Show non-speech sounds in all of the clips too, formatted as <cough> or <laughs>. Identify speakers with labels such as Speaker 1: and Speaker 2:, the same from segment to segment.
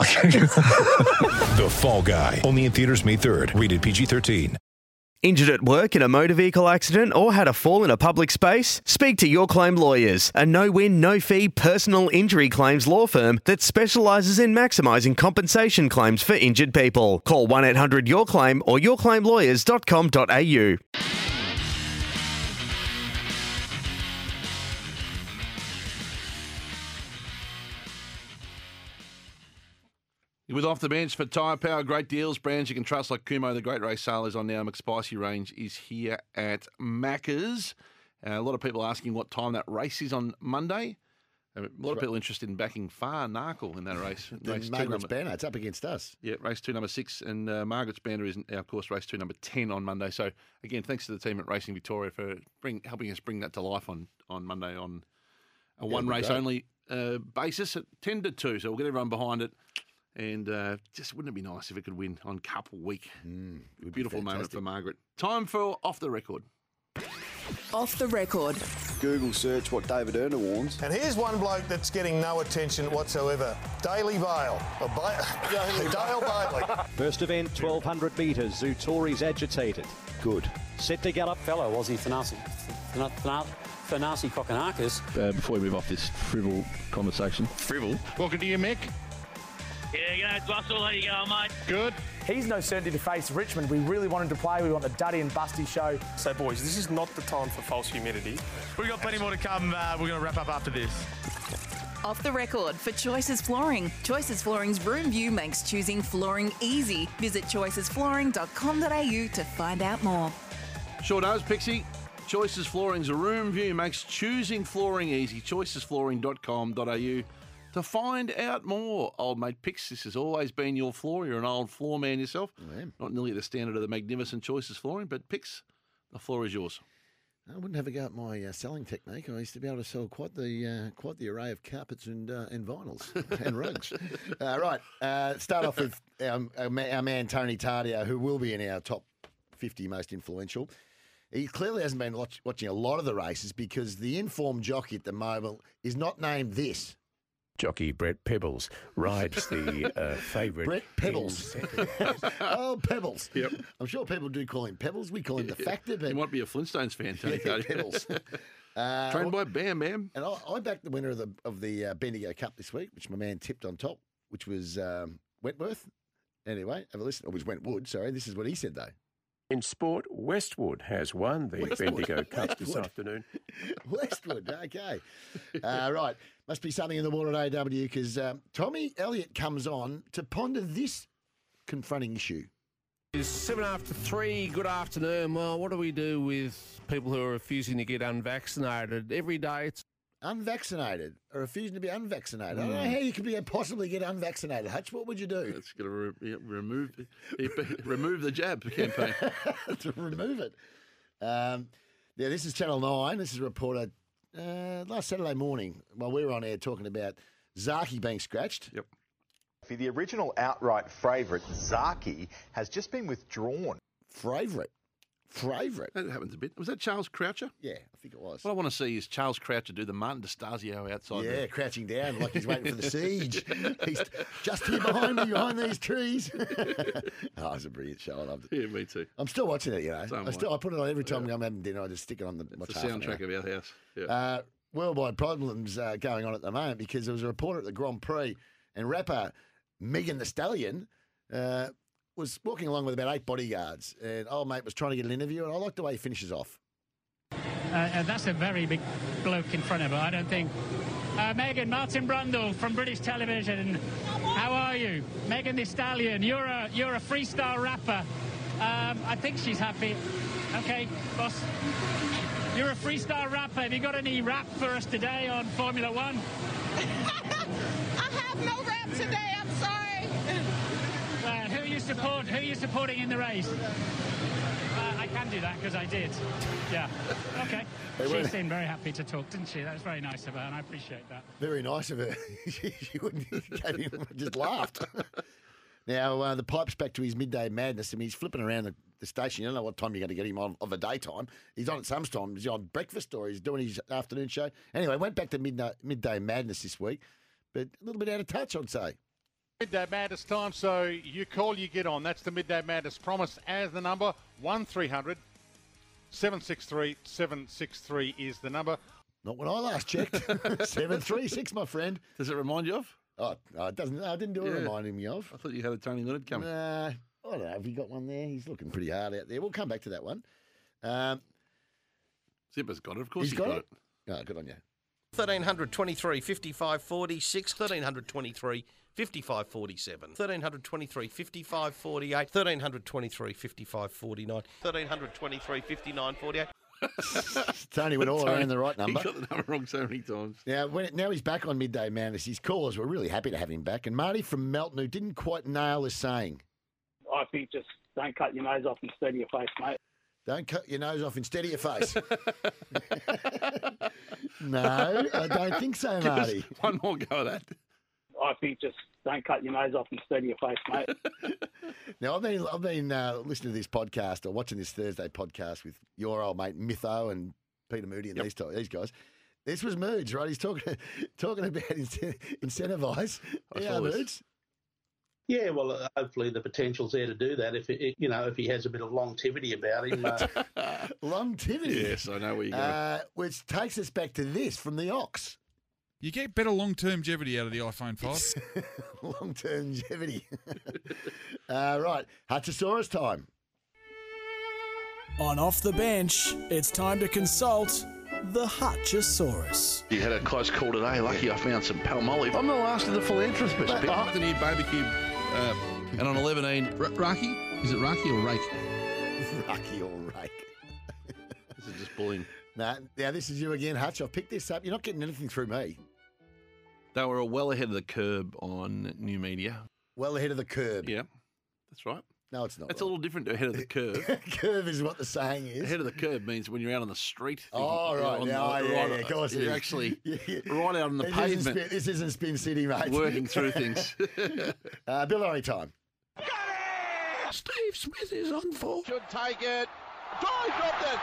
Speaker 1: The Fall Guy. Only in theaters May 3rd. Rated PG-13.
Speaker 2: Injured at work in a motor vehicle accident or had a fall in a public space? Speak to Your Claim Lawyers, a no win, no fee personal injury claims law firm that specialises in maximising compensation claims for injured people. Call 1 800 Your Claim or yourclaimlawyers.com.au.
Speaker 3: With off the bench for Tyre Power, great deals, brands you can trust like Kumo, the great race sale is on now. McSpicy range is here at Macca's. Uh, a lot of people asking what time that race is on Monday. A lot of people interested in backing Far Narkle in that race. race
Speaker 4: Then
Speaker 3: two,
Speaker 4: Margaret's
Speaker 3: number-
Speaker 4: banner. It's up against us.
Speaker 3: Yeah, race two, number six, and uh, Margaret's Bander is, uh, of course, race two, number ten on Monday. So again, thanks to the team at Racing Victoria for bring, helping us bring that to life on on Monday on a one race only uh, basis at ten to two. So we'll get everyone behind it, and uh, just wouldn't it be nice if it could win on Cup Week? Beautiful moment for Margaret. Time for off the record.
Speaker 5: Off the record.
Speaker 6: Google search what David Erner warns.
Speaker 7: And here's one bloke that's getting no attention whatsoever. Daily Vale. Or Ba- <laughs> Dale Bailey.
Speaker 8: First event, 1200 metres. Zutori's agitated.
Speaker 6: Good.
Speaker 8: Set to get up, fellow Aussie Thanasi. Thanasi Kokonakis.
Speaker 9: Uh, before we move off this frivol conversation, frivol. Welcome to you, Mick.
Speaker 5: Yeah, g'day, Russell. How you going, mate?
Speaker 9: Good.
Speaker 8: He's no certainty to face Richmond. We really wanted to play. We want the Duddy and Busty show.
Speaker 9: So, boys, this is not the time for false humidity. We've got plenty more to come. Uh, we're going to wrap up after this.
Speaker 5: Off the record for Choices Flooring. Choices Flooring's room view makes choosing flooring easy. Visit choicesflooring.com.au to find out more.
Speaker 3: Sure does, Pixie. Choices Flooring's a room view makes choosing flooring easy. Choicesflooring.com.au to find out more. Old mate Pix, this has always been your floor. You're an old floor man yourself. Not nearly at the standard of the magnificent Choices Flooring, but Pix, the floor is yours.
Speaker 4: I wouldn't have a go at my uh, selling technique. I used to be able to sell quite the uh, quite the array of carpets and uh, and vinyls <laughs> and rugs. uh, right, uh, start off with our, our, ma- our man Tony Tardio, who will be in our top fifty most influential. He clearly hasn't been watch- watching a lot of the races because the informed jockey at the moment is not named this. <laughs>
Speaker 9: Jockey Brett Pebbles rides the uh,
Speaker 4: <laughs>
Speaker 9: favourite.
Speaker 4: Brett Pebbles. oh, Pebbles. Yep. I'm sure people do call him Pebbles. We call him the Factor, but
Speaker 3: You might be a Flintstones fan, Tony.
Speaker 4: <laughs> Yeah,
Speaker 3: Cardi. <laughs>
Speaker 4: Pebbles.
Speaker 3: Trained by Bam Bam.
Speaker 4: And I, I backed the winner of the of the uh, Bendigo Cup this week, which my man tipped on top, which was um, Wentworth. Anyway, have a listen. It was Wentwood. Sorry, this is what he said though.
Speaker 9: In sport, Westwood has won the
Speaker 4: Westwood.
Speaker 9: Bendigo Cup this
Speaker 4: Westwood.
Speaker 9: afternoon.
Speaker 4: <laughs> Westwood. Okay. Uh, right. Must be something in the water at AW because um, Tommy Elliott comes on to ponder this confronting issue.
Speaker 9: It's seven after three. Good afternoon. Well, what do we do
Speaker 3: <laughs>
Speaker 9: with people who are refusing to get unvaccinated? Every day it's
Speaker 4: Unvaccinated or refusing to be unvaccinated. I don't
Speaker 9: Hmm.
Speaker 4: know how you could be uh, possibly get unvaccinated. Hutch, what would you do
Speaker 3: That's going to re- yeah, remove remove the jab campaign.
Speaker 4: <laughs> to remove it? Um, yeah, this is Channel 9. This is reporter uh, last Saturday morning while we were on air talking about Zaki being scratched.
Speaker 3: Yep.
Speaker 6: The original outright favourite, Zaki, has just been withdrawn.
Speaker 4: Favourite. Favourite.
Speaker 3: That happens a bit. Was that Charles Croucher?
Speaker 4: Yeah, I think it was.
Speaker 3: What I want to see is Charles Croucher do the Martin D'Estasio outside
Speaker 4: yeah,
Speaker 3: the
Speaker 4: crouching down like he's waiting
Speaker 3: <laughs>
Speaker 4: for the siege. he's just here behind me, behind these trees. <laughs> oh, it was a brilliant show. I loved it.
Speaker 3: <laughs> Yeah, me too.
Speaker 4: I'm still watching it, you know.
Speaker 3: Same
Speaker 4: I, still,
Speaker 3: way.
Speaker 4: I put it on every time I'm having dinner. I just stick it on the,
Speaker 3: It's
Speaker 4: watch
Speaker 3: the
Speaker 4: half an hour.
Speaker 3: soundtrack of our house. Yeah.
Speaker 4: Uh, worldwide problems uh, going on at the moment because there was a reporter at the Grand Prix and rapper Megan the Stallion uh, was walking along with about eight bodyguards. And old mate was trying to get an interview, and I like the way he finishes off.
Speaker 8: Uh, that's a very big bloke in front of her. I don't think. Uh, Megan, Martin Brundle from British Television. How are you? Megan Thee Stallion, you're a, you're a freestyle rapper. Um, I think she's happy. Okay, boss. You're a freestyle rapper. Have you got any rap for us today on Formula One?
Speaker 5: I have no rap today. I'm sorry.
Speaker 8: Uh, who you support? Who you supporting in the race? Uh, I can do that because I did. Yeah. Okay. She
Speaker 4: weren't-
Speaker 8: seemed very happy to talk, didn't she? That was very nice of her, and I appreciate that.
Speaker 4: Very nice of her. <laughs> she she wouldn't, <laughs> gave him- just laughed. <laughs> now, uh, the pipe's back to his midday madness. I mean, he's flipping around the, the station. You don't know what time you're going to get him on of a daytime. He's on at some time. He's on breakfast or he's doing his afternoon show. Anyway, went back to midnight, midday madness this week, but a little bit out of touch, I'd say.
Speaker 10: Midday Madness time, so you call, you get on. That's the Midday Madness promise as the number 1300 763 763 is the number.
Speaker 4: Not when I last checked. <laughs> 736, my friend.
Speaker 3: Does it remind you of?
Speaker 4: Oh, no, it doesn't. I didn't do it
Speaker 3: Yeah.
Speaker 4: reminding me of.
Speaker 3: I thought you had a Tony Leonard coming.
Speaker 4: Nah, I don't know. Have you got one there? He's looking pretty hard out there. We'll come back to that one. Um,
Speaker 3: Zipper's got it. Of course
Speaker 4: He's
Speaker 3: he's
Speaker 4: got
Speaker 3: got,
Speaker 4: it? oh, good on you.
Speaker 11: 1323 55 46 1323 55 47 1323 55 48 1323 55 49 1323 59 48
Speaker 4: <laughs>
Speaker 3: <laughs>
Speaker 4: Tony went all around the right number.
Speaker 3: He got the number wrong so many times.
Speaker 4: Now, when, now he's back on Midday Madness. His callers were really happy to have him back. And Marty from Melton, who didn't quite nail his saying,
Speaker 12: I think just don't cut your nose off and steady your face, mate.
Speaker 4: don't cut your nose off instead of your face. <laughs> no, I don't
Speaker 3: <laughs>
Speaker 4: think so,
Speaker 3: Give us
Speaker 4: Marty.
Speaker 3: One more go of that.
Speaker 12: I think just don't cut your nose off and steady your face, mate.
Speaker 4: Now, I've been, I've been uh, listening to this podcast or watching this Thursday podcast with your old mate Mytho and Peter Moody and these, to- these guys. This was Merge, right? He's talking <laughs> talking about incent-
Speaker 13: <laughs>
Speaker 4: incentivise.
Speaker 14: I
Speaker 4: Yeah,
Speaker 14: saw this.
Speaker 4: Merge.
Speaker 14: <laughs> Yeah, well, uh, hopefully the potential's there to do that if it, you know if he has a bit of longevity about him.
Speaker 15: <laughs>
Speaker 14: Uh,
Speaker 4: Longevity.
Speaker 3: Yes, I know where you're going.
Speaker 4: Uh, which takes us back to this from the Ox.
Speaker 13: You get better long term longevity out of the iPhone 5.
Speaker 4: <laughs> Long term longevity. <laughs> uh, right, Hutchosaurus time. <laughs>
Speaker 16: On off the bench, it's time to consult the Hutchosaurus.
Speaker 3: You had a close call today. Lucky I found some palmolive. I'm the last of the philanthropists.
Speaker 16: But-
Speaker 3: But the new barbecue. Uh, and on 11, R- Raki? Is it Raki or Rake?
Speaker 4: Raki or Rake. <laughs>
Speaker 3: this is just bullying.
Speaker 4: Now, now, this is you again, Hutch. I've picked this up. You're not getting anything through me.
Speaker 3: They were well ahead of the curb on new media.
Speaker 4: Well ahead of the curb.
Speaker 3: Yeah, that's right.
Speaker 4: No, it's not.
Speaker 3: That's a
Speaker 4: <laughs>
Speaker 3: little different to ahead of the curb.
Speaker 4: curve is what the saying is.
Speaker 3: Ahead of the curb means when you're out on the street.
Speaker 4: Oh,
Speaker 3: thinking,
Speaker 4: right.
Speaker 3: you know,
Speaker 4: Yeah,
Speaker 3: on the-
Speaker 4: yeah,
Speaker 3: right-
Speaker 4: yeah, of course it
Speaker 3: You're
Speaker 4: is.
Speaker 3: actually
Speaker 4: <laughs> Yeah, yeah.
Speaker 3: right out on the
Speaker 4: This isn't
Speaker 3: pavement.
Speaker 4: Spin- this isn't Spin City, mate. <laughs>
Speaker 3: Working through things.
Speaker 4: uh, Bill Murray time.
Speaker 3: Steve Smith is on for.
Speaker 15: Should take it. Drive dropped it.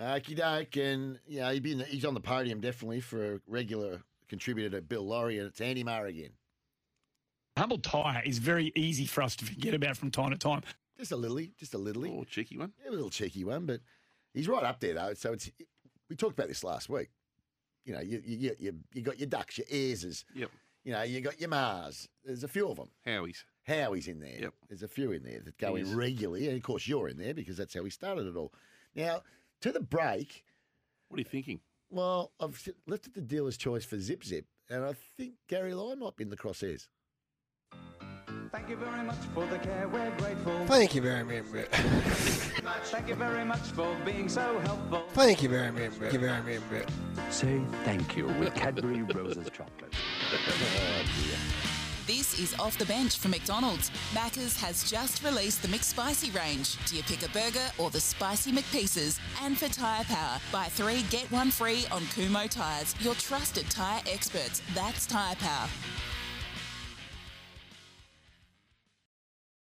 Speaker 4: Okie doke. And, you know, he'd been, he's on the podium definitely for a regular contributor to Bill Laurie, and it's Andy Marr again.
Speaker 17: Humble tyre is very easy for us to forget about from time to time.
Speaker 4: Just a littly, just a littly.
Speaker 3: Oh, cheeky one.
Speaker 4: Yeah, a little cheeky one, but he's right up there, though. So it's, we talked about this last week. You know, you, you, you- you, you got your ducks, your Airses.
Speaker 3: Yep.
Speaker 4: You know, you got your Mars. There's a few of them.
Speaker 3: Howie's.
Speaker 4: Howie's in there.
Speaker 3: Yep.
Speaker 4: There's a few in there that go
Speaker 3: He
Speaker 4: in
Speaker 3: is.
Speaker 4: regularly. And of course, you're in there because that's how we started it all. Now, to the break.
Speaker 3: What are you thinking?
Speaker 4: Well, I've s- looked at the dealer's choice for Zip Zip, and I think Gary Lyon might be in the crosshairs.
Speaker 18: Thank you very much for the care. We're grateful.
Speaker 19: Thank you very much.
Speaker 18: Thank you very much for being so helpful.
Speaker 19: Thank you very much. Thank you very much.
Speaker 20: Say thank you with Cadbury Roses chocolate.
Speaker 5: This is Off the Bench for McDonald's. Macca's has just released the McSpicy range. Do you pick a burger or the spicy McPieces? And for Tyre Power, buy three, get one free on Kumo tyres. Your trusted tyre experts. That's Tyre Power.